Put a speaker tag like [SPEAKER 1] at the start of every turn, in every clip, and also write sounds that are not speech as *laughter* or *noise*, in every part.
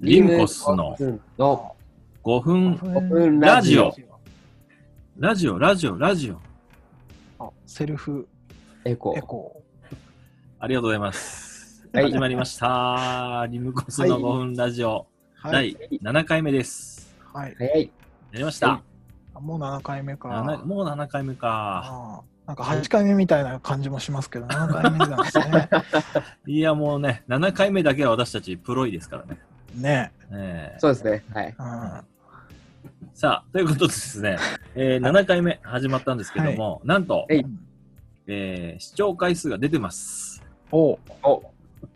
[SPEAKER 1] リンコスの
[SPEAKER 2] の
[SPEAKER 1] 5分、
[SPEAKER 2] 5分
[SPEAKER 1] ラ
[SPEAKER 2] ラ
[SPEAKER 1] ジ
[SPEAKER 2] ジ
[SPEAKER 1] オ
[SPEAKER 2] オ。
[SPEAKER 1] ラジオ、ラジオ、ラジオ。
[SPEAKER 3] あセルフ
[SPEAKER 2] エコ
[SPEAKER 3] エコ
[SPEAKER 1] ありがとうございます。
[SPEAKER 2] はい
[SPEAKER 1] 始まりました。リムコスの5分ラジオ、
[SPEAKER 3] ー。はい。
[SPEAKER 1] 第7回目です。
[SPEAKER 3] はい、
[SPEAKER 2] 早い。
[SPEAKER 1] やりました。
[SPEAKER 3] もう7回目か。
[SPEAKER 1] ななもう7回目か。
[SPEAKER 3] あーなんか8回目みたいな感じもします *laughs* けど、7回目なんですね。
[SPEAKER 1] いや、もうね、7回目だけは私たちプロいですからね。
[SPEAKER 3] ね
[SPEAKER 1] ええ
[SPEAKER 2] そうですね。はい。
[SPEAKER 3] え。うん
[SPEAKER 1] さあ、ということでですね、えー7回目始まったんですけども、なんと、
[SPEAKER 2] はい
[SPEAKER 1] えー視聴回数が出てます。
[SPEAKER 3] おう
[SPEAKER 2] お、
[SPEAKER 1] 視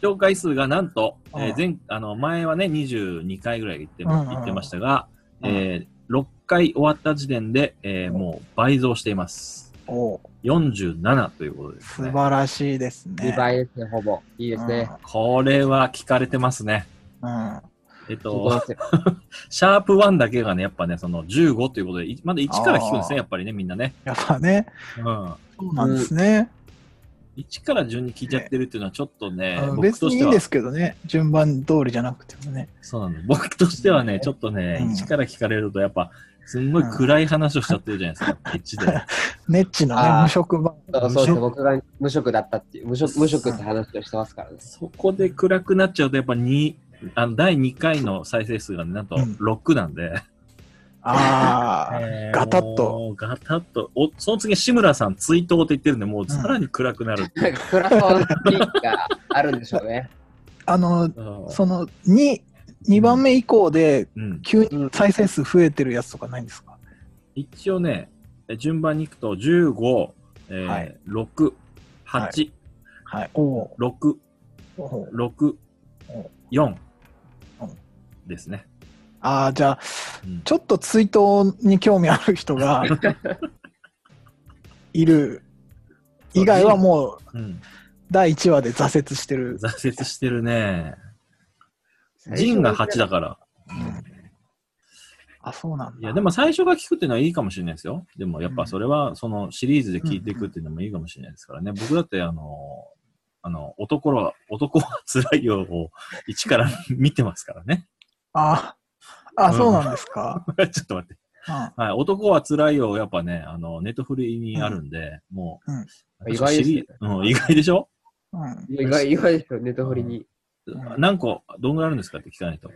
[SPEAKER 1] 聴回数がなんと、えー
[SPEAKER 3] うん
[SPEAKER 1] 前あの前はね22回ぐらい言って,、
[SPEAKER 3] うんうん
[SPEAKER 1] 言ってましたが、
[SPEAKER 3] うん
[SPEAKER 1] えー6回終わった時点で、えーもう倍増しています
[SPEAKER 3] おう
[SPEAKER 1] 47ということです
[SPEAKER 3] 素
[SPEAKER 1] ね
[SPEAKER 3] 晴らしいですね。
[SPEAKER 2] 2倍ですね、ほぼ。いいですね。
[SPEAKER 1] これは聞かれてますね
[SPEAKER 3] うん。うん
[SPEAKER 1] えっ
[SPEAKER 2] 聞いてま
[SPEAKER 1] と
[SPEAKER 2] すよ。
[SPEAKER 1] シャープ1だけがねやっぱねその15ということでいまだ1から聞くんです
[SPEAKER 3] あ
[SPEAKER 1] ね
[SPEAKER 3] ー
[SPEAKER 1] やっぱりねみんなね、
[SPEAKER 3] やっぱね、
[SPEAKER 1] うん、
[SPEAKER 3] そうなんですね。
[SPEAKER 1] 1から順に聞いちゃってるっていうのはちょっとね、
[SPEAKER 3] うん
[SPEAKER 1] 僕
[SPEAKER 3] 別
[SPEAKER 1] と
[SPEAKER 3] に
[SPEAKER 1] し
[SPEAKER 3] い
[SPEAKER 1] て
[SPEAKER 3] いん
[SPEAKER 1] は
[SPEAKER 3] ですけどね、順番通りじゃなくてもね。
[SPEAKER 1] そうなの僕としてはね、ちょっとね、
[SPEAKER 3] うん
[SPEAKER 1] 一から聞かれると、やっぱ、すんごい暗い話をしちゃってるじゃないです
[SPEAKER 3] *laughs*
[SPEAKER 1] か、一で。
[SPEAKER 3] ネッチの
[SPEAKER 2] あー
[SPEAKER 3] ね、無
[SPEAKER 2] *laughs*
[SPEAKER 3] 職版。
[SPEAKER 2] だからそうです
[SPEAKER 1] 無職
[SPEAKER 2] ね、僕が無職だったっていう、無職無職って話をしてますからね。
[SPEAKER 1] そこで暗くなっちゃうと、やっぱ2、あの第2回の再生数が、なんと
[SPEAKER 3] うん
[SPEAKER 1] 6なんで、
[SPEAKER 3] ああ、
[SPEAKER 1] えー
[SPEAKER 3] ガタッと。
[SPEAKER 1] もうガタッと。おその次、志村さん、追悼って言ってるんで、もうさらに暗くなる。
[SPEAKER 2] なんか暗そうな雰囲気があるんでしょうね。
[SPEAKER 3] あ
[SPEAKER 1] う
[SPEAKER 3] の、
[SPEAKER 1] ん
[SPEAKER 3] その2、2番目以降で
[SPEAKER 1] うん、
[SPEAKER 3] 急に再生数増えてるやつとかないんですか
[SPEAKER 1] 一応ね、順番にいくと、15、えー
[SPEAKER 3] はい
[SPEAKER 1] 6、8、
[SPEAKER 3] はい。おお
[SPEAKER 1] 6、
[SPEAKER 3] うおう
[SPEAKER 1] 6
[SPEAKER 3] うん、
[SPEAKER 1] 4
[SPEAKER 3] うん
[SPEAKER 1] ですね。
[SPEAKER 3] ああ、じゃあ、
[SPEAKER 1] うん
[SPEAKER 3] ちょっと追悼に興味ある人が
[SPEAKER 1] *laughs*
[SPEAKER 3] いる以外はも
[SPEAKER 1] う
[SPEAKER 3] う
[SPEAKER 1] ん、
[SPEAKER 3] 第1話で挫折してる。
[SPEAKER 1] 挫折してるね。ジンが8だから。
[SPEAKER 3] あ、そうなん
[SPEAKER 1] い
[SPEAKER 3] だ。
[SPEAKER 1] や、でも最初が聞くっていうのはいいかもしれないですよ。でもやっぱそれは、そのシリーズで聞いていくっていうのもいいかもしれないですからね。僕だって、あの、あの、男は、男は辛いよを一から見てますからね。 *laughs*
[SPEAKER 3] ああ、そうなんですか。
[SPEAKER 1] ちょっと待って。はい、男は辛いよをやっぱね、あの、ネットフリにあるんで、もう、
[SPEAKER 3] うん
[SPEAKER 1] なんかシリ
[SPEAKER 2] 意外ですね
[SPEAKER 1] うん、意外でしょ
[SPEAKER 3] うん。うん
[SPEAKER 2] 意外、意外ですよ、ネトフリに。
[SPEAKER 3] うん
[SPEAKER 1] 何個、どんぐらいあるんですかって聞かないと。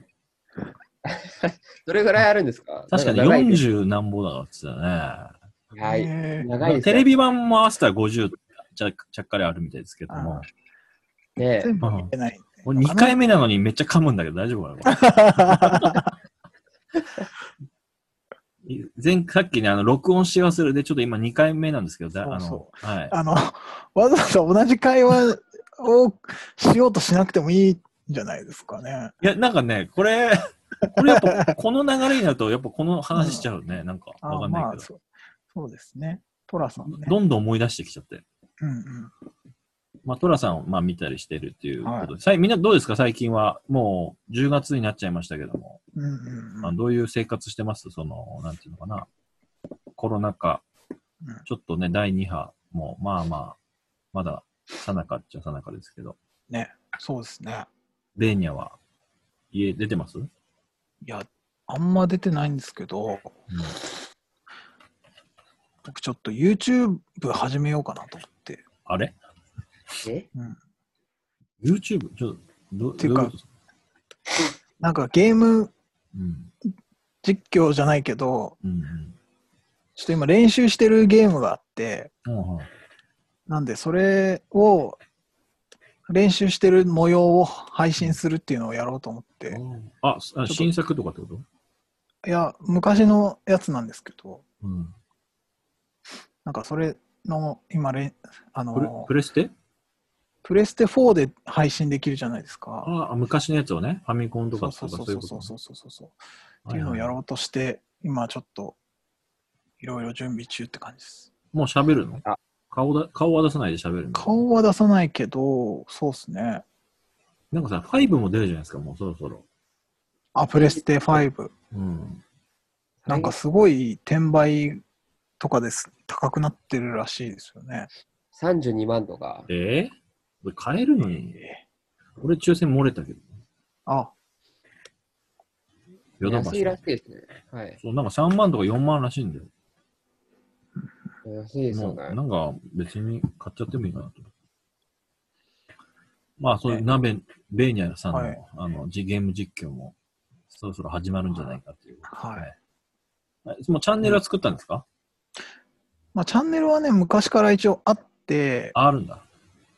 [SPEAKER 2] どれぐらいあるんですか
[SPEAKER 1] 確かに
[SPEAKER 2] なん長いです
[SPEAKER 1] 40何本だからって言ってたね。
[SPEAKER 2] はい。
[SPEAKER 3] へー
[SPEAKER 2] 長いです
[SPEAKER 1] テ
[SPEAKER 2] よ
[SPEAKER 1] レビ版も合わせたら50ちゃちゃっかりあるみたいですけども、
[SPEAKER 2] ね
[SPEAKER 3] 全部見てない。
[SPEAKER 1] これ2回目なのにめっちゃ噛むんだけど大丈夫かなこれ
[SPEAKER 3] *laughs*
[SPEAKER 1] い前さっきね、あの録音し忘れで、ちょっと今2回目なんですけど、だ
[SPEAKER 3] そうそ
[SPEAKER 1] あのはい、
[SPEAKER 3] *laughs* あの、わざわざ同じ会話をしようとしなくてもいいんじゃないですかね。
[SPEAKER 1] いや、なんかね、これ、これやっぱ、この流れになると、やっぱこの話しちゃうね、なんか
[SPEAKER 3] あ
[SPEAKER 1] わかんない
[SPEAKER 3] ま
[SPEAKER 1] け
[SPEAKER 3] あ
[SPEAKER 1] ど、
[SPEAKER 3] そう、そうですね。トラさんね。
[SPEAKER 1] どんどん思い出してきちゃって、
[SPEAKER 3] うんうん。
[SPEAKER 1] まあ、トラさんをまあ見たりしてるっていうこと
[SPEAKER 3] は
[SPEAKER 1] で、さい、みんなどうですか、最近は、もう10月になっちゃいましたけども。
[SPEAKER 3] うんうん
[SPEAKER 1] ま
[SPEAKER 3] う
[SPEAKER 1] あ、
[SPEAKER 3] ん
[SPEAKER 1] どういう生活してますその、なんていうのかな。コロナ禍
[SPEAKER 3] うん、
[SPEAKER 1] ちょっとね、第2波も、まあまあ、まだ、さなかっちゃさなかですけど、
[SPEAKER 3] ね、そうですね。
[SPEAKER 1] ベーニャは、家出てます、うん
[SPEAKER 3] いや、あんま出てないんですけど、僕ちょっと YouTube 始めようかなと思って。
[SPEAKER 1] あれ
[SPEAKER 2] え
[SPEAKER 3] うん、
[SPEAKER 1] ?YouTube? ちょっと、ど
[SPEAKER 3] ていうか
[SPEAKER 1] どういうことです
[SPEAKER 3] なんかゲーム
[SPEAKER 1] うん。
[SPEAKER 3] 実況じゃないけど、
[SPEAKER 1] うん。
[SPEAKER 3] ちょっと今練習してるゲームがあって、
[SPEAKER 1] うん。うんうん
[SPEAKER 3] なんでそれを、練習してる模様を配信するっていうのをやろうと思って。
[SPEAKER 1] あ、あ新作とかってこと
[SPEAKER 3] いや、昔のやつなんですけど、
[SPEAKER 1] うん。
[SPEAKER 3] なんかそれの今れん、あ
[SPEAKER 1] プレ
[SPEAKER 3] の
[SPEAKER 1] プレステ
[SPEAKER 3] プレステ4で配信できるじゃないですか。
[SPEAKER 1] ああ、昔のやつをね、ファミコンと
[SPEAKER 3] そ
[SPEAKER 1] か
[SPEAKER 3] う
[SPEAKER 1] と
[SPEAKER 3] そ
[SPEAKER 1] か
[SPEAKER 3] うそ
[SPEAKER 1] そうういう
[SPEAKER 3] そう
[SPEAKER 1] こと
[SPEAKER 3] そうそうそうそう。っていうのをや
[SPEAKER 1] う。
[SPEAKER 3] ろうとして、今ちょっといろいろ準備中って感じです。
[SPEAKER 1] もう喋るの
[SPEAKER 2] あ
[SPEAKER 1] 顔だ顔は出さないで喋るの
[SPEAKER 3] 顔は出さないけど、そうっすね。
[SPEAKER 1] なんかさ、5も出るじゃないですか、もうそろそろ。
[SPEAKER 3] あ、プレステ5。
[SPEAKER 1] うん。
[SPEAKER 3] なんかすごい転売とかです。高くなってるらしいですよね。
[SPEAKER 2] 32万とか。
[SPEAKER 1] えー、俺買えるのに。俺抽選漏れたけど。
[SPEAKER 3] あ、
[SPEAKER 1] ヨドバ
[SPEAKER 2] 安い
[SPEAKER 1] シ
[SPEAKER 2] らしいですね。はい。
[SPEAKER 1] そう、なんか3万とか4万らしいんだよ。
[SPEAKER 2] 安いです
[SPEAKER 1] も
[SPEAKER 2] よ
[SPEAKER 1] う、
[SPEAKER 2] ね。
[SPEAKER 1] なんか別に買っちゃってもいいかなと。まあ、そういう
[SPEAKER 3] ね
[SPEAKER 1] 鍋、ベーニャさんの,、
[SPEAKER 3] はい
[SPEAKER 1] あのじゲーム実況もそろそろ始まるんじゃないかっていう。
[SPEAKER 3] はい。
[SPEAKER 1] はい、もうチャンネルは作ったんですか、
[SPEAKER 3] まあ、チャンネルはね、昔から一応あって、
[SPEAKER 1] ああるんだ。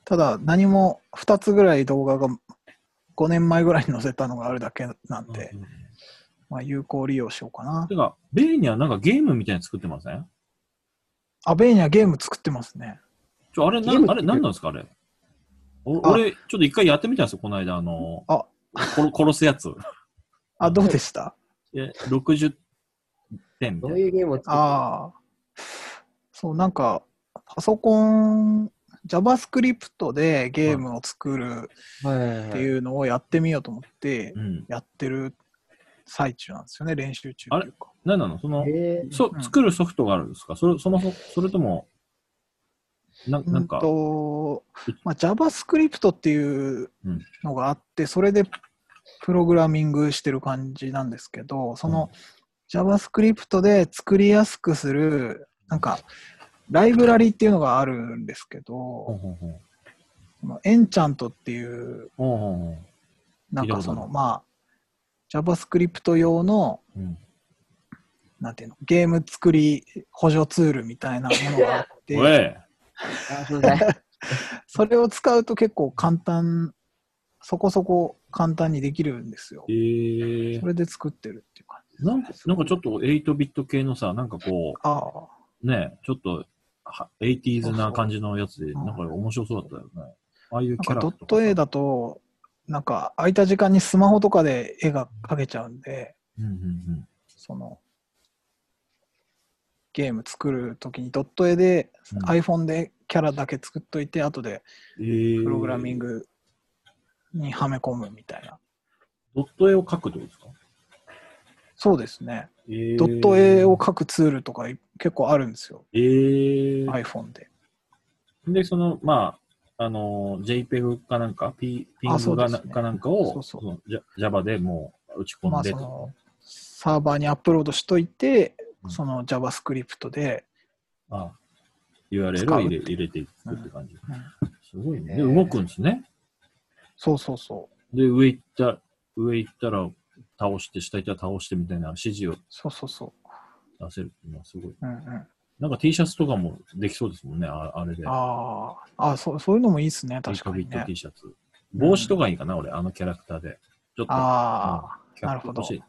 [SPEAKER 3] ただ何も2つぐらい動画が5年前ぐらいに載せたのがあるだけなんで、
[SPEAKER 1] うんうん
[SPEAKER 3] まあ、有効利用しようかな
[SPEAKER 1] て。か、ベーニャなんかゲームみたいに作ってません
[SPEAKER 3] アベーニャゲーム作ってますね。
[SPEAKER 1] ちょ、あれ、な
[SPEAKER 2] ゲーム
[SPEAKER 1] あれ、何なんですか、あれ。お
[SPEAKER 3] あ
[SPEAKER 1] 俺、ちょっと一回やってみたんですよ、この間、あの、
[SPEAKER 3] あ
[SPEAKER 1] 殺 *laughs* 殺すやつ。
[SPEAKER 3] あ、どうでした
[SPEAKER 1] え、60点み
[SPEAKER 2] ど
[SPEAKER 1] た
[SPEAKER 2] う
[SPEAKER 1] い
[SPEAKER 2] い
[SPEAKER 1] な。
[SPEAKER 2] うゲームを作っ
[SPEAKER 3] ああ。そう、なんか、パソコン、JavaScript でゲームを作る
[SPEAKER 2] てはいはいはい。
[SPEAKER 3] っていうのをやってみようと思って、
[SPEAKER 1] うん。
[SPEAKER 3] やってる最中なんですよね、練習中というか。
[SPEAKER 1] 何なのその、
[SPEAKER 2] え
[SPEAKER 1] そ
[SPEAKER 3] うん
[SPEAKER 1] 作るソフトがあるんですかそれ、その、それとも、な
[SPEAKER 3] う
[SPEAKER 1] なん
[SPEAKER 3] ん
[SPEAKER 1] か、
[SPEAKER 3] と、まあ、JavaScript っていうのがあって、それでプログラミングしてる感じなんですけど、その JavaScript で作りやすくする、なんか、ライブラリっていうのがあるんですけ
[SPEAKER 1] ほう
[SPEAKER 3] ど、
[SPEAKER 1] ほうほう
[SPEAKER 3] そのエンチャントっていう、
[SPEAKER 1] ほうほうほ
[SPEAKER 3] なんかそ
[SPEAKER 1] 聞いたことあ
[SPEAKER 3] の、
[SPEAKER 1] る
[SPEAKER 3] まあ、JavaScript 用の、
[SPEAKER 1] ううん
[SPEAKER 3] なんていうの、ゲーム作り補助ツールみたいなものがあって、
[SPEAKER 1] おい
[SPEAKER 2] ー、あすいません。
[SPEAKER 3] それを使うと結構簡単、そこそこ簡単にできるんですよ
[SPEAKER 1] え。ー
[SPEAKER 3] そ、れで作ってるっていう感じです、
[SPEAKER 1] なんか、なんかちょっと8ビット系のさ、なんかこ
[SPEAKER 3] ああ、
[SPEAKER 1] う、ね、ちょっと、は 80s な感じのやつで、なんか面白そうだったよね。ああいうキ
[SPEAKER 3] な
[SPEAKER 1] ャ
[SPEAKER 3] んか
[SPEAKER 1] ラ
[SPEAKER 3] ド
[SPEAKER 1] ク
[SPEAKER 3] ット A
[SPEAKER 1] だ。
[SPEAKER 3] だと、なんか空いた時間にスマホとかで絵が描けちゃうんで、
[SPEAKER 1] うんうんうん。
[SPEAKER 3] その、ゲーム作るときにドット絵で、
[SPEAKER 1] うん
[SPEAKER 3] iPhone でキャラだけ作っといて、後で
[SPEAKER 1] プ
[SPEAKER 3] プログラミン
[SPEAKER 1] グ。
[SPEAKER 3] グにはめ込むみたいな。
[SPEAKER 1] ドット絵を描くってことですか、
[SPEAKER 3] そうですね。
[SPEAKER 1] えー
[SPEAKER 3] ドット絵を描くツールとかい結構あるんですよ。
[SPEAKER 1] えー
[SPEAKER 3] iPhone で。
[SPEAKER 1] で、その、まあ、あのー、JPEG かなんか、P、ピン
[SPEAKER 3] あそ
[SPEAKER 1] グ
[SPEAKER 3] う
[SPEAKER 1] が
[SPEAKER 3] です
[SPEAKER 1] な、
[SPEAKER 3] ね
[SPEAKER 1] かなんかを
[SPEAKER 3] そうそう
[SPEAKER 1] のジャ Java でもう打ち
[SPEAKER 3] ま
[SPEAKER 1] 込ん
[SPEAKER 3] あ、
[SPEAKER 1] で
[SPEAKER 3] そ
[SPEAKER 1] と、
[SPEAKER 3] のサーバーにアップロードしといて
[SPEAKER 1] う、ん
[SPEAKER 3] その JavaScript で、
[SPEAKER 1] あ URL
[SPEAKER 3] 使
[SPEAKER 1] を
[SPEAKER 3] う
[SPEAKER 1] 入
[SPEAKER 3] って
[SPEAKER 1] れ入れていくって感じ。
[SPEAKER 3] うん
[SPEAKER 1] すごいね。
[SPEAKER 2] え
[SPEAKER 1] で、
[SPEAKER 2] ー
[SPEAKER 1] 動くんですね。
[SPEAKER 3] そうそうそう、
[SPEAKER 1] で、上行った、上行ったら倒して、下行ったら倒してみたいな指示を
[SPEAKER 3] そうそうそ
[SPEAKER 1] 出せるっていうのはすごい。
[SPEAKER 3] う。うんうん、
[SPEAKER 1] なんか T シャツとかもできそうですもんね、ああれで。
[SPEAKER 3] あーあそう、そういうのもいいですね、確かに
[SPEAKER 1] ビット
[SPEAKER 3] ね。
[SPEAKER 1] T シャツ。帽子とかいいかな、俺、あのキャラクターで。ちょっと、
[SPEAKER 3] あ
[SPEAKER 1] キャップ
[SPEAKER 3] なるほど
[SPEAKER 1] 欲しい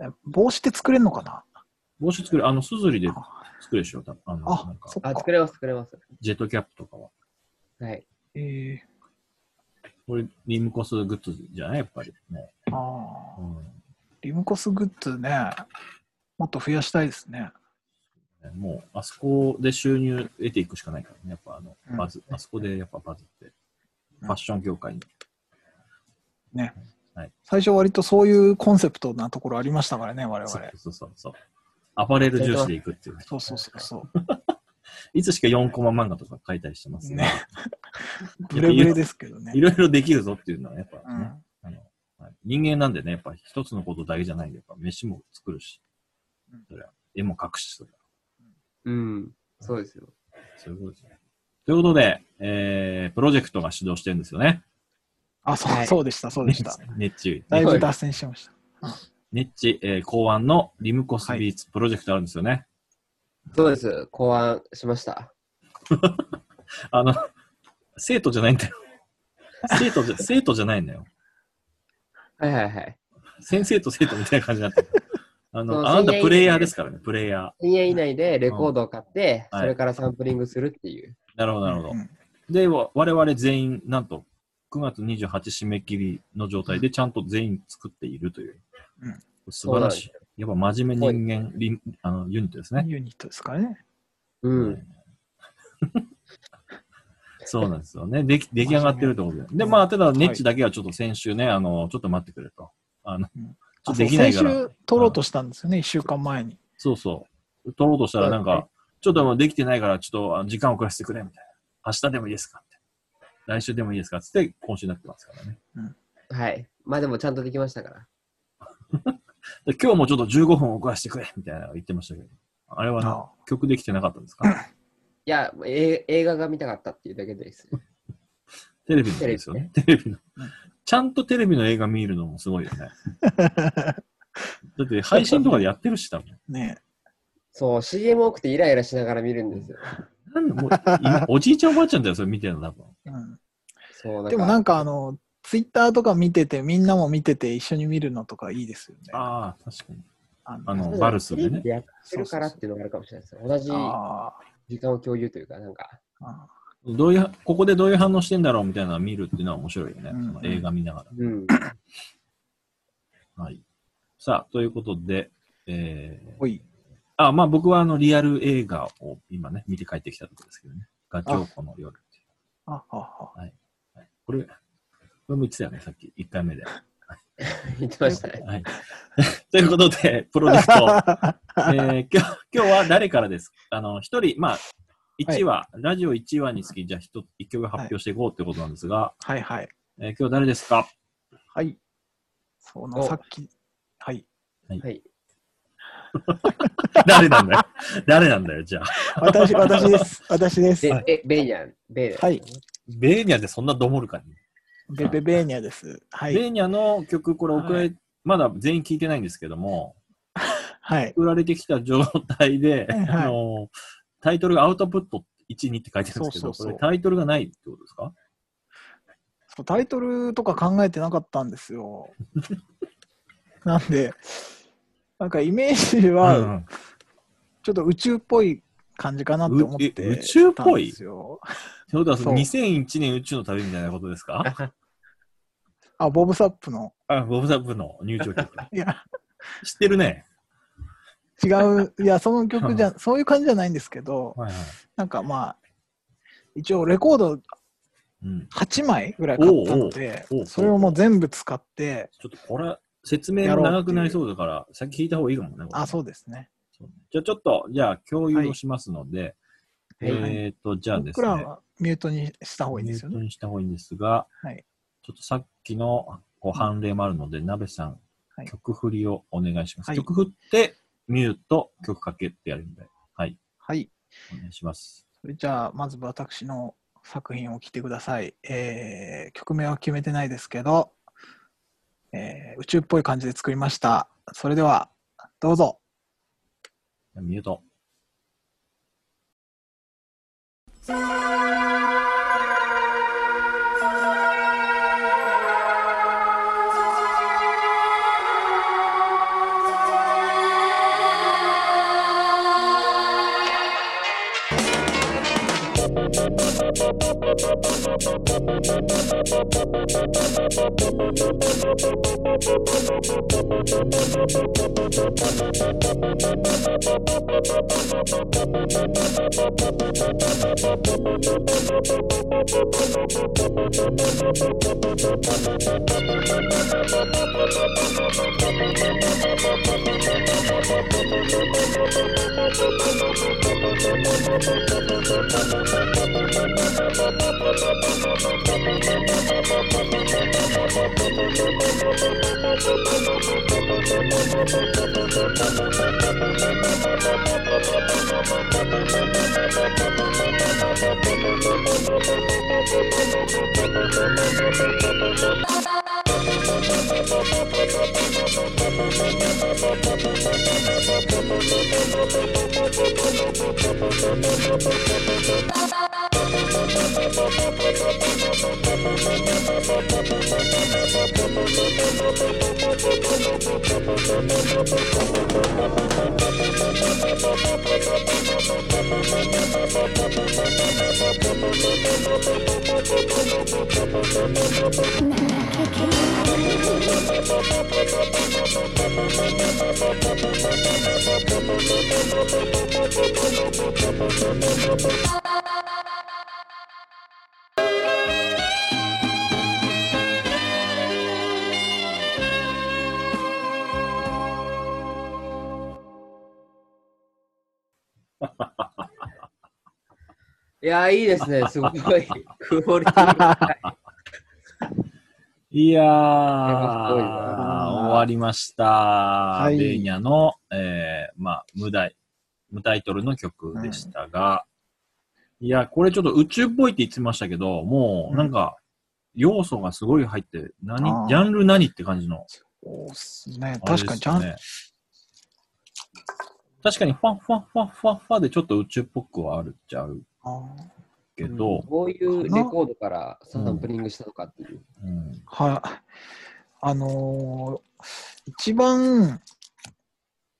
[SPEAKER 3] あ、帽子って作れるのかな
[SPEAKER 1] 帽子作る、あの、スズリで作るでしょ、多分あの、な
[SPEAKER 3] あ
[SPEAKER 1] ん、か
[SPEAKER 3] そっ
[SPEAKER 2] あ、
[SPEAKER 3] か。
[SPEAKER 2] 作れます、作れます。
[SPEAKER 1] ジェットキャップとかは。
[SPEAKER 2] はい。
[SPEAKER 3] えー、
[SPEAKER 1] これ、リムコスグッズじゃないやっぱりね。
[SPEAKER 3] あ
[SPEAKER 1] う
[SPEAKER 3] ー
[SPEAKER 1] ん
[SPEAKER 3] リムコスグッズね、もっと増やしたいですね。
[SPEAKER 1] もう、あそこで収入得ていくしかないからね。やっぱ、あの
[SPEAKER 3] う、ん
[SPEAKER 1] バズ、あそこでやっぱバズって。ファッション業界に。
[SPEAKER 3] 最初割とそういうコンセプトなところありましたからね、我々。
[SPEAKER 1] そ
[SPEAKER 3] そう
[SPEAKER 1] そうそうそう。アパレル重視でいくっていう。
[SPEAKER 3] うそうそうそ
[SPEAKER 1] いつしか4コマ漫画とか書いたりしてます
[SPEAKER 3] う。
[SPEAKER 1] ね
[SPEAKER 3] ね。。ブレブレですけどね
[SPEAKER 1] い。ろいろできるぞっていうのは、やっぱね。
[SPEAKER 3] うん
[SPEAKER 1] あの、はい人間なんでね、やっぱ一つのことだけじゃないんで、やっぱ飯も作るし
[SPEAKER 3] うん、
[SPEAKER 1] そりゃ絵も描くし、そりゃ
[SPEAKER 2] うん。そうですよ。
[SPEAKER 1] そういうことですね。ということで、えー、プロジェクトが始動してるんですよね。
[SPEAKER 3] あ、そう、
[SPEAKER 2] はい
[SPEAKER 3] そうでした、そうでした。
[SPEAKER 1] *laughs* 熱中。
[SPEAKER 3] だいぶ脱線しました。
[SPEAKER 1] 熱中、えー、考案のリムコスビーツプロジェクトあるんですよね。
[SPEAKER 2] そうです。考案しました。
[SPEAKER 1] あの、生徒じゃないんだよ。生徒じ
[SPEAKER 3] *laughs*
[SPEAKER 1] ゃ、生徒じゃないんだよ。
[SPEAKER 2] はいはいはい。
[SPEAKER 1] 先生と生徒みたいな感じになってる。あ
[SPEAKER 2] そう
[SPEAKER 1] の、あな
[SPEAKER 2] そ
[SPEAKER 1] た
[SPEAKER 2] う
[SPEAKER 1] プレイヤーですからね、プレイヤー。
[SPEAKER 2] 1000円以内でレコードを買って、
[SPEAKER 1] うんはい
[SPEAKER 2] それからサンプリングするっていう。
[SPEAKER 1] なるほど、なるほど
[SPEAKER 3] う。ん
[SPEAKER 1] で、わ我々全員、なんと、9月28締め切りの状態で、ちゃんと全員作っているという。素晴らしい。やっぱ真面目人間リンあのユニットですね。
[SPEAKER 3] ユニットですからね。
[SPEAKER 2] うん。
[SPEAKER 1] *laughs* そうなんですよね。でき出来上がってるってことで。で、まあ、ただ、ネッチだけはちょっと先週ね、あの、ちょっと待ってくれと。あの、ちょ
[SPEAKER 3] うん
[SPEAKER 1] っとできないか
[SPEAKER 3] あ
[SPEAKER 1] ら。
[SPEAKER 3] そう先週撮ろうとしたんですよね、1週間前に。
[SPEAKER 1] そうそう。取ろうとしたら、なん
[SPEAKER 2] そうです
[SPEAKER 1] か、ちょっともうできてないから、ちょっとあ時間遅らせてくれ、みたいな。明日でもいいですかって。来週でもいいですかつって、今週になってますからね。
[SPEAKER 2] はい。まあでもちゃんとできましたから。
[SPEAKER 1] で今日もちょっと15分遅らせてくれみたいなの言ってましたけど、あれはな
[SPEAKER 3] あ
[SPEAKER 1] 曲できてなかったんですか
[SPEAKER 2] いや、え映画が見たかったっていうだけです。
[SPEAKER 1] テレビのですよね。テレビの。ちゃんとテレビの映画見るのもすごいよね。だって配信とかでやってるし、多分。
[SPEAKER 3] *laughs* ね
[SPEAKER 2] そう、CM 多くてイライラしながら見るんですよ。
[SPEAKER 1] なんでもういおじいちゃんおばあちゃんだよ、それ見てるの、多分。
[SPEAKER 3] えうん
[SPEAKER 2] そう
[SPEAKER 3] でもなんかあ、の、ツイッターとか見てて、みんなも見てて一緒に見るのとかいいですよね。
[SPEAKER 1] ああ、確かに。
[SPEAKER 3] あ
[SPEAKER 1] あの
[SPEAKER 2] そう
[SPEAKER 1] バルスでね
[SPEAKER 2] テレビやってるからっていうのがあるかもしれないですよ。同じ
[SPEAKER 3] あ
[SPEAKER 2] 時間を共有というか、なんか、
[SPEAKER 3] ーあ
[SPEAKER 1] どういう、ここでどういう反応してんだろうみたいなのを見るっていうのは面白いよね。
[SPEAKER 3] うん
[SPEAKER 1] その映画見なが
[SPEAKER 2] うん。
[SPEAKER 1] ら。はい。さあ、ということで、え
[SPEAKER 3] ー。
[SPEAKER 1] ー、
[SPEAKER 3] おい。
[SPEAKER 1] あ、まあ僕はあの、リアル映画を今ね、見て帰ってきたところですけどね。ガチョウコの夜ってい
[SPEAKER 3] あああ
[SPEAKER 1] う。はいこれ、これも言ってたよね、さっき、1回目で。は
[SPEAKER 2] 言ってましたね。
[SPEAKER 1] い。 *laughs* ということで、プロ
[SPEAKER 3] *laughs*
[SPEAKER 1] ジェクト、
[SPEAKER 3] あ
[SPEAKER 1] えー、今日、今日は誰からですあの、一人、まあ、1話、ラジオ1話につき、じゃあ一つ一曲発表していこうってことなんですが、
[SPEAKER 3] はいはい。
[SPEAKER 1] えー今日誰ですか *laughs*
[SPEAKER 3] はい。その
[SPEAKER 2] お
[SPEAKER 3] さっき、はい。
[SPEAKER 2] はい。
[SPEAKER 1] 誰なんだよ。 *laughs* 誰なんだよ、じゃあ。
[SPEAKER 3] 私、
[SPEAKER 1] *laughs*
[SPEAKER 3] 私です。私です。
[SPEAKER 2] で、え、ベイヤン、ベイヤン。
[SPEAKER 3] はい。
[SPEAKER 1] ベーニャでそんなどもるかね。
[SPEAKER 3] ベベベーニャです。は
[SPEAKER 1] ベ
[SPEAKER 3] い。
[SPEAKER 1] ーニャの曲、これ送られ、
[SPEAKER 3] は
[SPEAKER 1] まだ全員聞いてないんですけども、
[SPEAKER 3] はい。
[SPEAKER 1] 送られてきた状態で、
[SPEAKER 3] はいは
[SPEAKER 1] あ
[SPEAKER 3] い
[SPEAKER 1] のタイトルがアウトプット1、2って書いてあるんですけど、
[SPEAKER 3] そうそうそう
[SPEAKER 1] これタイトルがないってことですか
[SPEAKER 3] そうタイトルとか考えてなかったんで
[SPEAKER 1] *laughs*
[SPEAKER 3] すよ。なんで、なんかイメージ
[SPEAKER 1] う
[SPEAKER 3] は、
[SPEAKER 1] ん
[SPEAKER 3] ちょっと宇宙っぽい感じかなって思ってた
[SPEAKER 1] うえ
[SPEAKER 3] ん
[SPEAKER 1] 宇宙っぽい
[SPEAKER 3] ですよ。
[SPEAKER 1] ということは、その
[SPEAKER 3] そう
[SPEAKER 1] 2001年宇宙の旅みたいなことですか
[SPEAKER 3] あ、ボブサップの。
[SPEAKER 1] あ、ボブ・サップの入場曲。
[SPEAKER 3] いや、
[SPEAKER 1] 知ってる
[SPEAKER 3] *laughs*
[SPEAKER 1] ね。
[SPEAKER 3] 違う。いや、その曲じゃ、そういう感じじゃないんですけど、
[SPEAKER 1] はいはい。
[SPEAKER 3] なんかまあ、一応レコード
[SPEAKER 1] うん、
[SPEAKER 3] 8枚ぐらい買ったので
[SPEAKER 1] おうおうおうおう、
[SPEAKER 3] それをもう全部使って、
[SPEAKER 1] ちょっとこれ、説明も長くなりそうだから、先聞いた方がいいかもね。これ
[SPEAKER 3] あ、そうですね。
[SPEAKER 1] そうじゃあちょっと、じゃあ共有をしますので、
[SPEAKER 2] はい
[SPEAKER 1] えっ、と、じゃあです
[SPEAKER 3] 僕
[SPEAKER 1] ね、
[SPEAKER 3] らはミュートにした方がいいですよ
[SPEAKER 1] ミュー
[SPEAKER 3] ね。
[SPEAKER 1] トにした方がいいんですが、
[SPEAKER 3] はい
[SPEAKER 1] ちょっとさっきのこう判例もあるので、なべさん、
[SPEAKER 3] はい
[SPEAKER 1] 曲振りをお願いします。
[SPEAKER 3] はい
[SPEAKER 1] 曲振って、ミュート、曲かけってやるんで、はい、
[SPEAKER 3] はい。
[SPEAKER 1] お願いします。
[SPEAKER 3] それじゃあ、まず私の作品を聴いてください。えー曲名は決めてないですけど、えー宇宙っぽい感じで作りました。それでは、どうぞ。
[SPEAKER 1] ミュート。
[SPEAKER 2] いやー、いいですね。すごい。クオリティが高い。
[SPEAKER 1] いやー、
[SPEAKER 2] すごいな
[SPEAKER 1] 終終わりました。はいベーニャの、えー、まあ、無題、無タイトルの曲でしたが、いや、これちょっと宇宙っぽいって言ってましたけど、もうなんか、要素がすごい入って、何、
[SPEAKER 3] あー
[SPEAKER 1] ジャンル何って感じの。
[SPEAKER 3] そうっすね。
[SPEAKER 1] あれで
[SPEAKER 3] 確
[SPEAKER 1] す
[SPEAKER 3] かに、ジャン、
[SPEAKER 1] ね。確かに、ファッファッファッファッファでちょっと宇宙っぽくはあるっちゃある
[SPEAKER 3] あ
[SPEAKER 1] けど、
[SPEAKER 2] どういうレコードからサンプリングしたのかっていう。
[SPEAKER 1] うん
[SPEAKER 3] ーはい。あのー一番、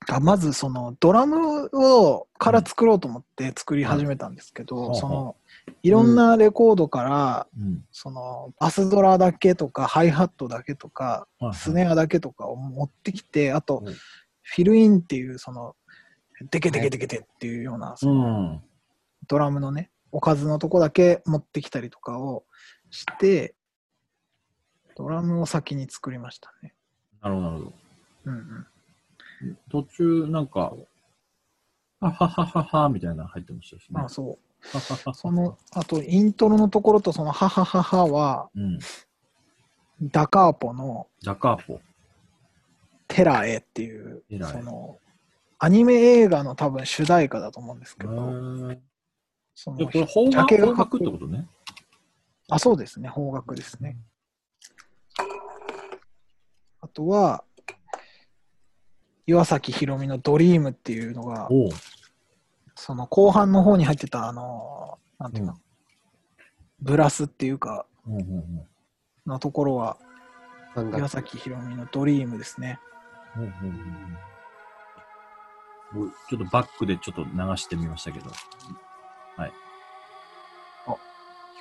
[SPEAKER 3] あまずそのドラムをから作ろうと思って作り始めたんですけど、
[SPEAKER 1] うん
[SPEAKER 3] そのいろんなレコードから、
[SPEAKER 1] うん
[SPEAKER 3] そのバスドラだけとかハイハットだけとか
[SPEAKER 1] はいはい
[SPEAKER 3] スネアだけとかを持ってきて、あと
[SPEAKER 1] うん、
[SPEAKER 3] フィルインっていう、その、デケデケデケデっていうような、
[SPEAKER 1] う
[SPEAKER 3] その
[SPEAKER 1] ん。
[SPEAKER 3] ドラムのね、おかずのとこだけ持ってきたりとかをして、ドラムを先に作りましたね。
[SPEAKER 1] なるほど、なるほど。
[SPEAKER 3] うんうん。
[SPEAKER 1] 途中、なんか、はははははみたいなの入ってましたしね
[SPEAKER 3] まあ。そう。
[SPEAKER 1] ははは
[SPEAKER 3] その、あと、イントロのところと、その、ハハハハは、
[SPEAKER 1] うん。
[SPEAKER 3] ダカーポの
[SPEAKER 1] ダカーポ。
[SPEAKER 3] テラエっていう
[SPEAKER 1] テ、ラエ
[SPEAKER 3] その、アニメ映画の多分主題歌だと思うんです
[SPEAKER 1] へ
[SPEAKER 3] けど、
[SPEAKER 1] ー
[SPEAKER 3] そ
[SPEAKER 1] で
[SPEAKER 3] の
[SPEAKER 1] こ、れ、方
[SPEAKER 3] ジャケ
[SPEAKER 1] 角
[SPEAKER 3] が
[SPEAKER 1] 方角ってことね。
[SPEAKER 3] あ、そうですね。方角ですね。あとは、岩崎宏美のドリームっていうのが、
[SPEAKER 1] おう
[SPEAKER 3] その後半の方に入ってた、あの、なんていうの、
[SPEAKER 1] うん
[SPEAKER 3] ブラスっていうか、
[SPEAKER 1] うんうんうん
[SPEAKER 3] のところは、
[SPEAKER 2] 三
[SPEAKER 3] 岩
[SPEAKER 2] 月
[SPEAKER 3] 崎宏美のドリームですね。
[SPEAKER 1] うんうんうんうんちょっとバックでちょっと流してみましたけど。
[SPEAKER 3] 聞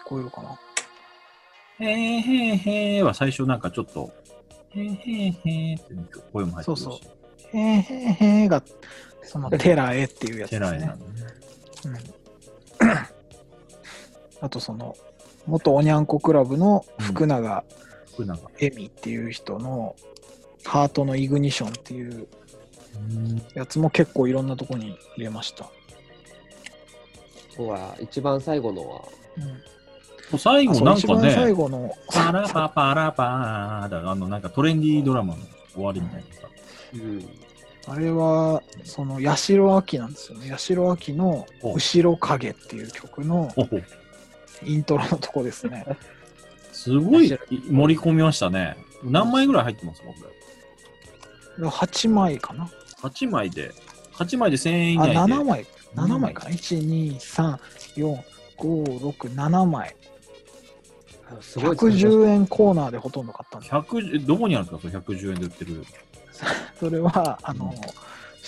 [SPEAKER 3] こえるかな
[SPEAKER 1] へーへーへーは最初なんかちょっと、へーへーへーってなんか声も入ってるし。
[SPEAKER 3] そうそへーへーへーが、その、テラエっていうやつ
[SPEAKER 1] テ
[SPEAKER 3] で
[SPEAKER 1] ラ
[SPEAKER 3] す
[SPEAKER 1] エ
[SPEAKER 3] ね
[SPEAKER 1] な。んだね。
[SPEAKER 3] うんあと、その、元おにゃんこクラブの福永
[SPEAKER 1] これなんか、
[SPEAKER 3] エミっていう人の「ハートのイグニション」っていうやつも結構いろんなとこに入れました、
[SPEAKER 2] は一番最後のは、
[SPEAKER 3] うん
[SPEAKER 1] 最
[SPEAKER 3] あ
[SPEAKER 1] 後
[SPEAKER 3] そう
[SPEAKER 1] なん
[SPEAKER 3] 一
[SPEAKER 1] か
[SPEAKER 3] 番最
[SPEAKER 1] ね、
[SPEAKER 3] 後の
[SPEAKER 1] パラパパラパーだ、あのなんかトレンディードラマの終わりみたいなさ。
[SPEAKER 2] うん、
[SPEAKER 3] あれはその八代亜紀なんですよね八代亜紀の「
[SPEAKER 1] お
[SPEAKER 3] 後ろ影」っていう曲の
[SPEAKER 1] おお
[SPEAKER 3] イントロのとこですね
[SPEAKER 1] すごい盛り込みましたね。何枚ぐらい入ってますもん、これ。
[SPEAKER 3] 8枚かな
[SPEAKER 1] 8枚で、8枚で1000円以
[SPEAKER 3] あ
[SPEAKER 1] 内で。
[SPEAKER 3] 7枚7枚かな1234567枚
[SPEAKER 2] すごい
[SPEAKER 3] 110円コーナーでほとんど買ったんです
[SPEAKER 1] 110どこにあるんですかそれ110円で売ってる。
[SPEAKER 3] それはあの、
[SPEAKER 1] うん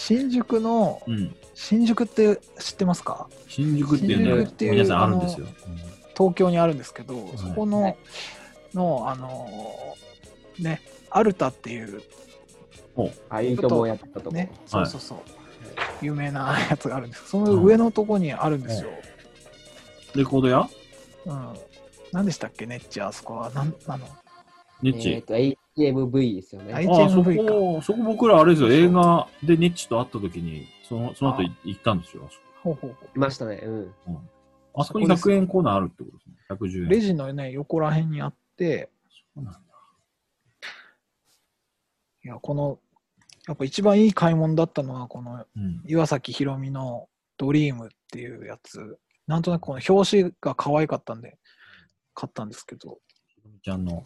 [SPEAKER 3] 新宿の
[SPEAKER 1] うん。
[SPEAKER 3] 新宿って知ってますか
[SPEAKER 1] 新宿っていう
[SPEAKER 2] 新
[SPEAKER 1] ね
[SPEAKER 2] 宿
[SPEAKER 3] っていう
[SPEAKER 1] 皆さんあるんですよ。
[SPEAKER 3] 東京にあるんですけど、
[SPEAKER 1] い
[SPEAKER 3] そこの、
[SPEAKER 2] はい
[SPEAKER 3] のあのーねアルタっていう
[SPEAKER 2] あ、いいともやったとこ。
[SPEAKER 3] ね
[SPEAKER 1] は
[SPEAKER 3] そ
[SPEAKER 1] いう
[SPEAKER 3] そうそう、有名なやつがあるんですその上のとこにあるんですよ、
[SPEAKER 1] レコード屋
[SPEAKER 3] うん何でしたっけねっちあそこはなんなの
[SPEAKER 1] ニ
[SPEAKER 2] え
[SPEAKER 1] ッチ。
[SPEAKER 2] っ、と、HMV ですよね。
[SPEAKER 3] はい
[SPEAKER 1] ああ、そ
[SPEAKER 3] HMV か
[SPEAKER 1] こ、そこ僕らあれですよ、映画でニッチと会った時に、その、その後い行ったんですよ、あそ
[SPEAKER 3] ほうほうほ
[SPEAKER 2] いましたね。うん。
[SPEAKER 1] こ。あそこに100円コーナーあるってことですね。
[SPEAKER 3] う
[SPEAKER 1] 110
[SPEAKER 3] レ
[SPEAKER 1] 円。
[SPEAKER 3] ジのね横ら辺にあって
[SPEAKER 1] うなんだ
[SPEAKER 3] いやこのやっぱ一番いい買い物だったのはこの
[SPEAKER 1] うん。
[SPEAKER 3] 岩崎宏美の「ドリームっていうやつなんとなくこの表紙が可愛かったんで買ったんですけど
[SPEAKER 1] ひろみちゃんの、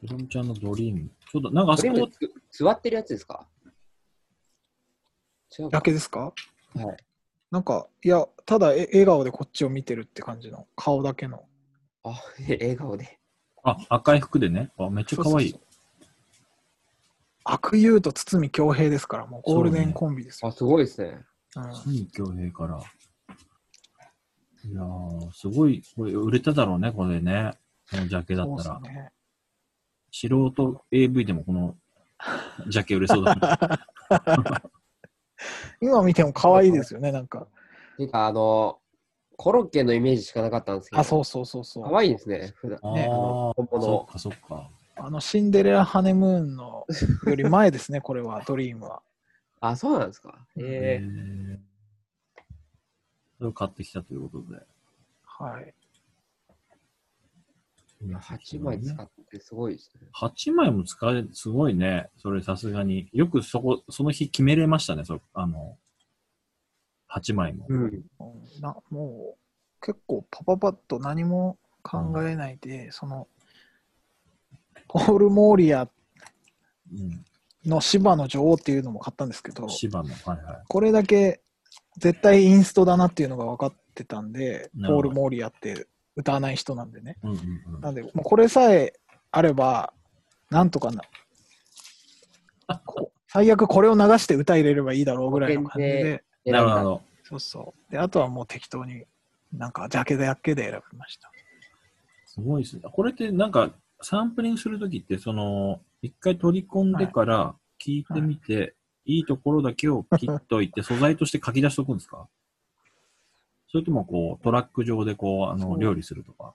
[SPEAKER 1] ひろみちゃんのドリーム。ちょっと、なんかあ
[SPEAKER 2] そ
[SPEAKER 1] そ
[SPEAKER 2] れも
[SPEAKER 1] こ、
[SPEAKER 2] つ座ってるやつですか違うか
[SPEAKER 3] だけですか
[SPEAKER 2] はい。 *laughs*
[SPEAKER 3] なんかいやただえ笑顔でこっちを見てるって感じの顔だけの
[SPEAKER 2] あ、笑顔で。
[SPEAKER 1] あ、赤い服でね。あ、めっちゃ可愛い
[SPEAKER 3] そう。そうそう悪友と堤恭平ですからもうゴールデンコンビです
[SPEAKER 2] あ、
[SPEAKER 3] よ、
[SPEAKER 2] すごいですね。
[SPEAKER 3] うん
[SPEAKER 1] 新京平から。いやー、すごい、これ売れただろうね、これね。このジャケだ
[SPEAKER 3] そう
[SPEAKER 1] っ
[SPEAKER 3] で
[SPEAKER 1] た
[SPEAKER 3] す
[SPEAKER 1] ら。
[SPEAKER 3] ね
[SPEAKER 1] 素人 AV でもこのジャケ売れそう
[SPEAKER 3] *laughs*
[SPEAKER 1] だな。
[SPEAKER 3] 今見ても可愛いですよねなんか
[SPEAKER 2] てか、あの、コロッケのイメージしかなかったんですけど、
[SPEAKER 3] あそうそうそうそ
[SPEAKER 2] か
[SPEAKER 3] う
[SPEAKER 2] わいいですね、普段。
[SPEAKER 1] あ
[SPEAKER 3] ね
[SPEAKER 1] ー
[SPEAKER 2] 本物
[SPEAKER 1] そっかそっか。
[SPEAKER 3] あのシンデレラハネムーンのより前ですねこれはドリームは
[SPEAKER 2] あ、そうなんですか。ええ
[SPEAKER 1] え。それを買ってきたということで。
[SPEAKER 3] はい
[SPEAKER 2] 8枚使ってすごいですね。
[SPEAKER 1] 8枚も使え、すごいね。それさすがに。よくそこ、その日決めれましたね、そあの、8枚も。
[SPEAKER 2] うん。
[SPEAKER 3] うんなもう結構パパパッと何も考えないで、そのポール・モーリア
[SPEAKER 1] うん。
[SPEAKER 3] の芝の女王っていうのも買ったんですけど、
[SPEAKER 1] 芝の、はいはい。
[SPEAKER 3] これだけ絶対インストだなっていうのが分かってたんで、
[SPEAKER 1] なるほ
[SPEAKER 3] ポ
[SPEAKER 1] ど
[SPEAKER 3] ール・モーリアって歌わない人なんでね。
[SPEAKER 1] うんうんう。
[SPEAKER 3] なんんで、もうこれさえあれば、なんとかな。こ最悪これを流して歌入れればいいだろうぐらいの感じで、
[SPEAKER 2] 選ん
[SPEAKER 1] なるほ
[SPEAKER 2] だ
[SPEAKER 1] ど。
[SPEAKER 3] そうそう。で、あとはもう適当に、なんかジャケだけで選びました。
[SPEAKER 1] すごいですね。これってなんか、サンプリングするときって、その、一回取り込んでから聞いてみて、いい、ところだけを切っといて、素材として書き出しとくんですかそれともこう、トラック上でこう、あ
[SPEAKER 3] そ
[SPEAKER 1] の、
[SPEAKER 3] う
[SPEAKER 1] 料理するとか。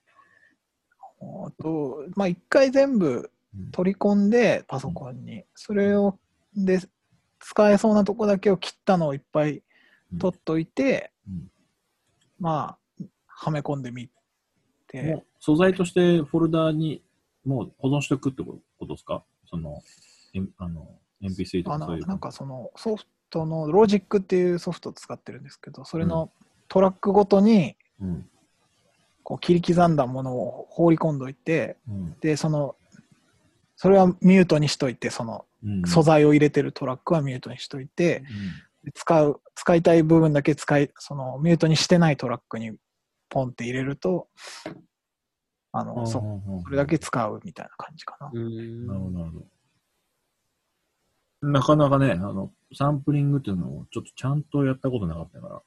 [SPEAKER 3] あと、まあ、一回全部
[SPEAKER 1] うん
[SPEAKER 3] 取り込んで、パソコンに。それを、で、使えそうなとこだけを切ったのをいっぱい取っといて、
[SPEAKER 1] うん
[SPEAKER 3] まあ、はめ込んでみて。
[SPEAKER 1] もう素材としてフォルダーにもう保存しておくってことですかその、えんあの、MP3 とか
[SPEAKER 3] あの
[SPEAKER 1] そういう。
[SPEAKER 3] なんかそのソフトのロジックっていうソフトを使ってるんですけどそれのトラックごとに
[SPEAKER 1] うん。
[SPEAKER 3] こう切り刻んだものを放り込んどいて
[SPEAKER 1] うん。
[SPEAKER 3] でそのそれはミュートにしといてその
[SPEAKER 1] うん。
[SPEAKER 3] 素材を入れてるトラックはミュートにしといてで使う使いたい部分だけ使いそのミュートにしてないトラックにポンって入れるとあ
[SPEAKER 1] う
[SPEAKER 3] の
[SPEAKER 1] ん。
[SPEAKER 3] そ
[SPEAKER 1] そ
[SPEAKER 3] それだけ使うみたいな感じかな。
[SPEAKER 2] う
[SPEAKER 1] なるほ
[SPEAKER 2] ん。
[SPEAKER 1] ど、なるほど。なかなかね、あの、サンプリングっていうのをちょっとちゃんとやったことなかったから、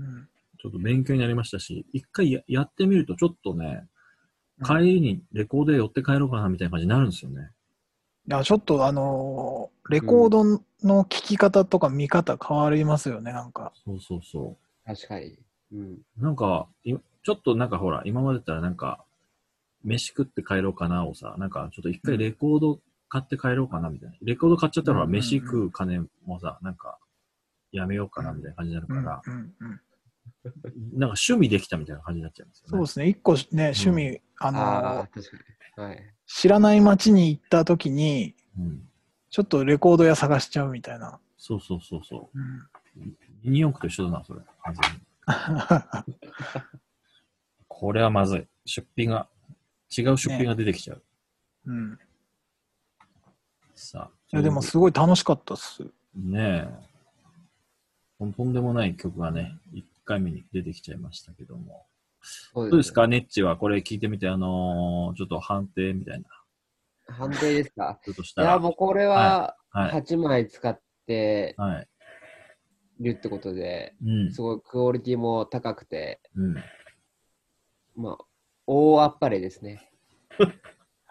[SPEAKER 3] うん
[SPEAKER 1] ちょっと勉強になりましたし、一回ややってみるとちょっとね、
[SPEAKER 3] うん
[SPEAKER 1] 帰りにレコードへ寄って帰ろうかなみたいな感じになるんですよね。
[SPEAKER 3] いや、ちょっとあのーレコードの聴き方とか見方変わりますよね、なんか。
[SPEAKER 1] そうそうそ
[SPEAKER 2] 確かに。うん。
[SPEAKER 1] う。なんか、いちょっとなんかほら、今までだったらなんか、飯食って帰ろうかなをさ、なんかちょっと一回レコード買って帰ろうかなみたいな。レコード買っちゃったらほら、
[SPEAKER 3] うんうんうん
[SPEAKER 1] 飯食う金もさ、なんか、やめようかなみたいな感じになる
[SPEAKER 3] う
[SPEAKER 1] か
[SPEAKER 3] んうん
[SPEAKER 1] ら、
[SPEAKER 3] うん、
[SPEAKER 1] なんか趣味できたみたいな感じになっちゃうんですよね。
[SPEAKER 3] そうですね、一個ね、趣味、あのー
[SPEAKER 2] ああ、確かに。はい。
[SPEAKER 3] 知らない街に行った時に、
[SPEAKER 1] うん
[SPEAKER 3] ちょっとレコード屋探しちゃうみたいな。
[SPEAKER 1] そうそうそうそう
[SPEAKER 3] うん *laughs*
[SPEAKER 1] ニューヨークと一緒だな、それ。完全にこれはまずい。出費が、違う出費が出てきちゃう。
[SPEAKER 3] うん、い
[SPEAKER 1] さあ。
[SPEAKER 3] やでも
[SPEAKER 1] と
[SPEAKER 3] すごい楽しかったっ *laughs* す。
[SPEAKER 1] いうねえ。とんとんでもない曲がね、1回目に出てきちゃいましたけども。
[SPEAKER 2] そ
[SPEAKER 1] どうです
[SPEAKER 2] ね
[SPEAKER 1] か、ネッチは。これ聞いてみて、あのーちょっと判定みたいな。
[SPEAKER 2] 判定ですか
[SPEAKER 1] ちょっとし
[SPEAKER 2] い
[SPEAKER 1] た
[SPEAKER 2] や、
[SPEAKER 1] ら。
[SPEAKER 2] もうこれは
[SPEAKER 1] はい。
[SPEAKER 2] 8枚使って
[SPEAKER 1] はい。
[SPEAKER 2] るってことで、
[SPEAKER 1] うん
[SPEAKER 2] す。ごいクオリティも高くて、
[SPEAKER 1] うん。
[SPEAKER 2] まあ、大あっぱれですね。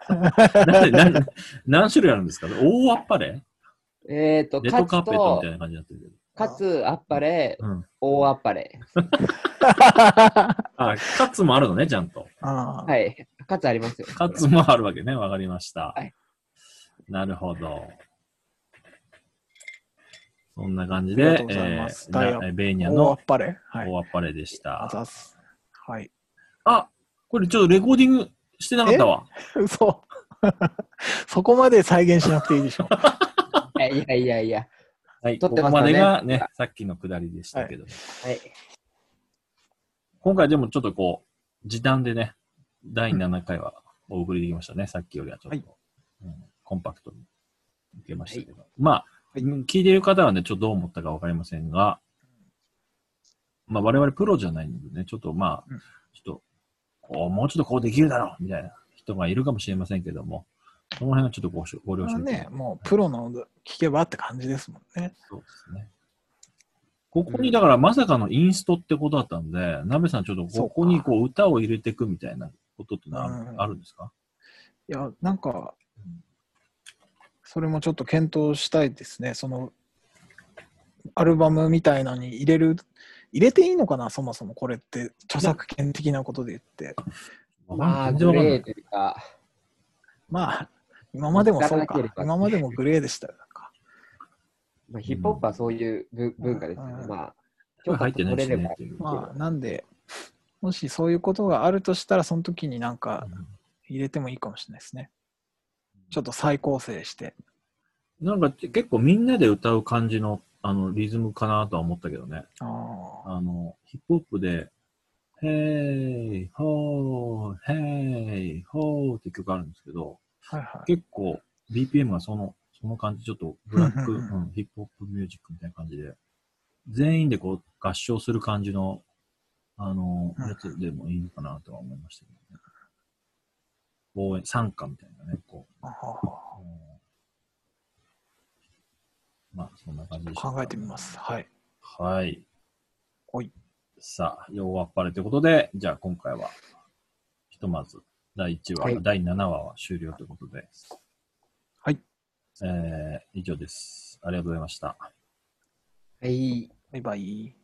[SPEAKER 1] なんで、なん *laughs* 何種類あるんですか大あっぱれ
[SPEAKER 2] えっ、ー、と、
[SPEAKER 1] レッ
[SPEAKER 2] カ
[SPEAKER 1] ドカー
[SPEAKER 2] ツ
[SPEAKER 1] ペットみ
[SPEAKER 2] と
[SPEAKER 1] たい、な感じになってるけど。
[SPEAKER 2] カツあっぱれ、
[SPEAKER 1] うん。
[SPEAKER 2] 大あっぱれ。
[SPEAKER 1] あ、カツもあるのね、ちゃんと。
[SPEAKER 3] あー
[SPEAKER 2] はい。カツありますよ。
[SPEAKER 1] カツもあるわけね。わかりました。
[SPEAKER 2] はい
[SPEAKER 1] なるほど。そんな感じ
[SPEAKER 3] あり
[SPEAKER 1] で
[SPEAKER 3] がとう、ござい
[SPEAKER 1] え
[SPEAKER 3] ます
[SPEAKER 1] ー
[SPEAKER 3] ダイヤ
[SPEAKER 1] なえーベーニャ
[SPEAKER 3] 大あ
[SPEAKER 1] の
[SPEAKER 3] っぱれ。はい。
[SPEAKER 1] 大あっぱれでした。
[SPEAKER 3] あざっす。はい。
[SPEAKER 1] あこれちょっとレコーディングしてなかったわ。
[SPEAKER 3] *laughs* 嘘。 *laughs* そこまで再現しなくていいでしょ。 *laughs*
[SPEAKER 2] いやいやいや。
[SPEAKER 1] はい、
[SPEAKER 2] 撮
[SPEAKER 1] こ
[SPEAKER 2] ってま
[SPEAKER 1] こ
[SPEAKER 2] し
[SPEAKER 1] ま
[SPEAKER 2] た
[SPEAKER 1] で
[SPEAKER 2] ね
[SPEAKER 1] がね、さっきのくだりでしたけど、
[SPEAKER 2] はい。
[SPEAKER 1] 今回でもちょっとこう、時短でね、第7回はお送りできましたね。さっきよりはちょっと、
[SPEAKER 3] はい
[SPEAKER 1] うんコンパクトにいけましたけど。まあ、聞いている方はね、ちょっとどう思ったかわかりませんが、まあ我々プロじゃないのでね、ちょっとまあ、
[SPEAKER 3] うん
[SPEAKER 1] ちょっと、こう、もうちょっとこうできるだろうみたいな人がいるかもしれませんけども、その辺はちょっとごしょご
[SPEAKER 3] こ
[SPEAKER 1] 了
[SPEAKER 3] れ
[SPEAKER 1] 承
[SPEAKER 3] は
[SPEAKER 1] くださ
[SPEAKER 3] ね
[SPEAKER 1] い、
[SPEAKER 3] もうプロの聞けばって感じですもんね。
[SPEAKER 1] そうですね。ここにだからまさかのインストってことだったんで、なべさんちょっとここにこう歌を入れていくみたいなことってのは
[SPEAKER 3] うん
[SPEAKER 1] あるんですか
[SPEAKER 3] いや、なんか、それもちょっと検討したいですね。その、アルバムみたいのに入れる、入れていいのかな、そもそもこれって、著作権的なことで言って。
[SPEAKER 2] まあ、
[SPEAKER 1] 全然わ
[SPEAKER 2] グ
[SPEAKER 1] かんな
[SPEAKER 2] レ
[SPEAKER 1] い
[SPEAKER 2] ー。というか、
[SPEAKER 3] まあ、今までもそう
[SPEAKER 2] 聞かなけれ
[SPEAKER 3] か。
[SPEAKER 2] ば
[SPEAKER 3] 今までもグレーでしたよ。なんか
[SPEAKER 2] まあ、ヒップホップはそういうぶ文化ですよ
[SPEAKER 3] う
[SPEAKER 2] ね。
[SPEAKER 3] ん
[SPEAKER 2] まあ、
[SPEAKER 1] 今日入ってないで
[SPEAKER 2] 取
[SPEAKER 1] す
[SPEAKER 2] れれ
[SPEAKER 1] ね
[SPEAKER 2] ば
[SPEAKER 1] っていう。
[SPEAKER 3] まあ、なんで、もしそういうことがあるとしたら、その時になんか、入れてもいいかもしれないですね。ちょっと再構成して。
[SPEAKER 1] なんか結構みんなで歌う感じの、あの、リズムかなとは思ったけどね。
[SPEAKER 3] あー
[SPEAKER 1] あの、ヒップホップで、ヘイ、ホー、ヘイ、ホーって曲あるんですけど、
[SPEAKER 3] はいはい。
[SPEAKER 1] 結構 BPM がその、その感じ、ちょっとブラック、
[SPEAKER 3] う
[SPEAKER 1] うん
[SPEAKER 3] うんうん
[SPEAKER 1] ん、ヒップホップミュージックみたいな感じで、全員でこう合唱する感じの、あの、
[SPEAKER 3] うん
[SPEAKER 1] やつでもいいのかなとは思いましたけどね。応援、参加みたいなね、こう。
[SPEAKER 3] あー
[SPEAKER 1] うんまあ、そんな感じでしょうか
[SPEAKER 3] 考えてみます。はい。
[SPEAKER 1] はい。
[SPEAKER 3] ほい。
[SPEAKER 1] さあ、ようあっぱれということで、じゃあ今回は、ひとまず、第1話、
[SPEAKER 2] はい
[SPEAKER 1] 第7話は終了ということで。
[SPEAKER 3] はい。
[SPEAKER 1] えー、以上です。ありがとうございました。
[SPEAKER 2] はい。
[SPEAKER 3] バイバイ。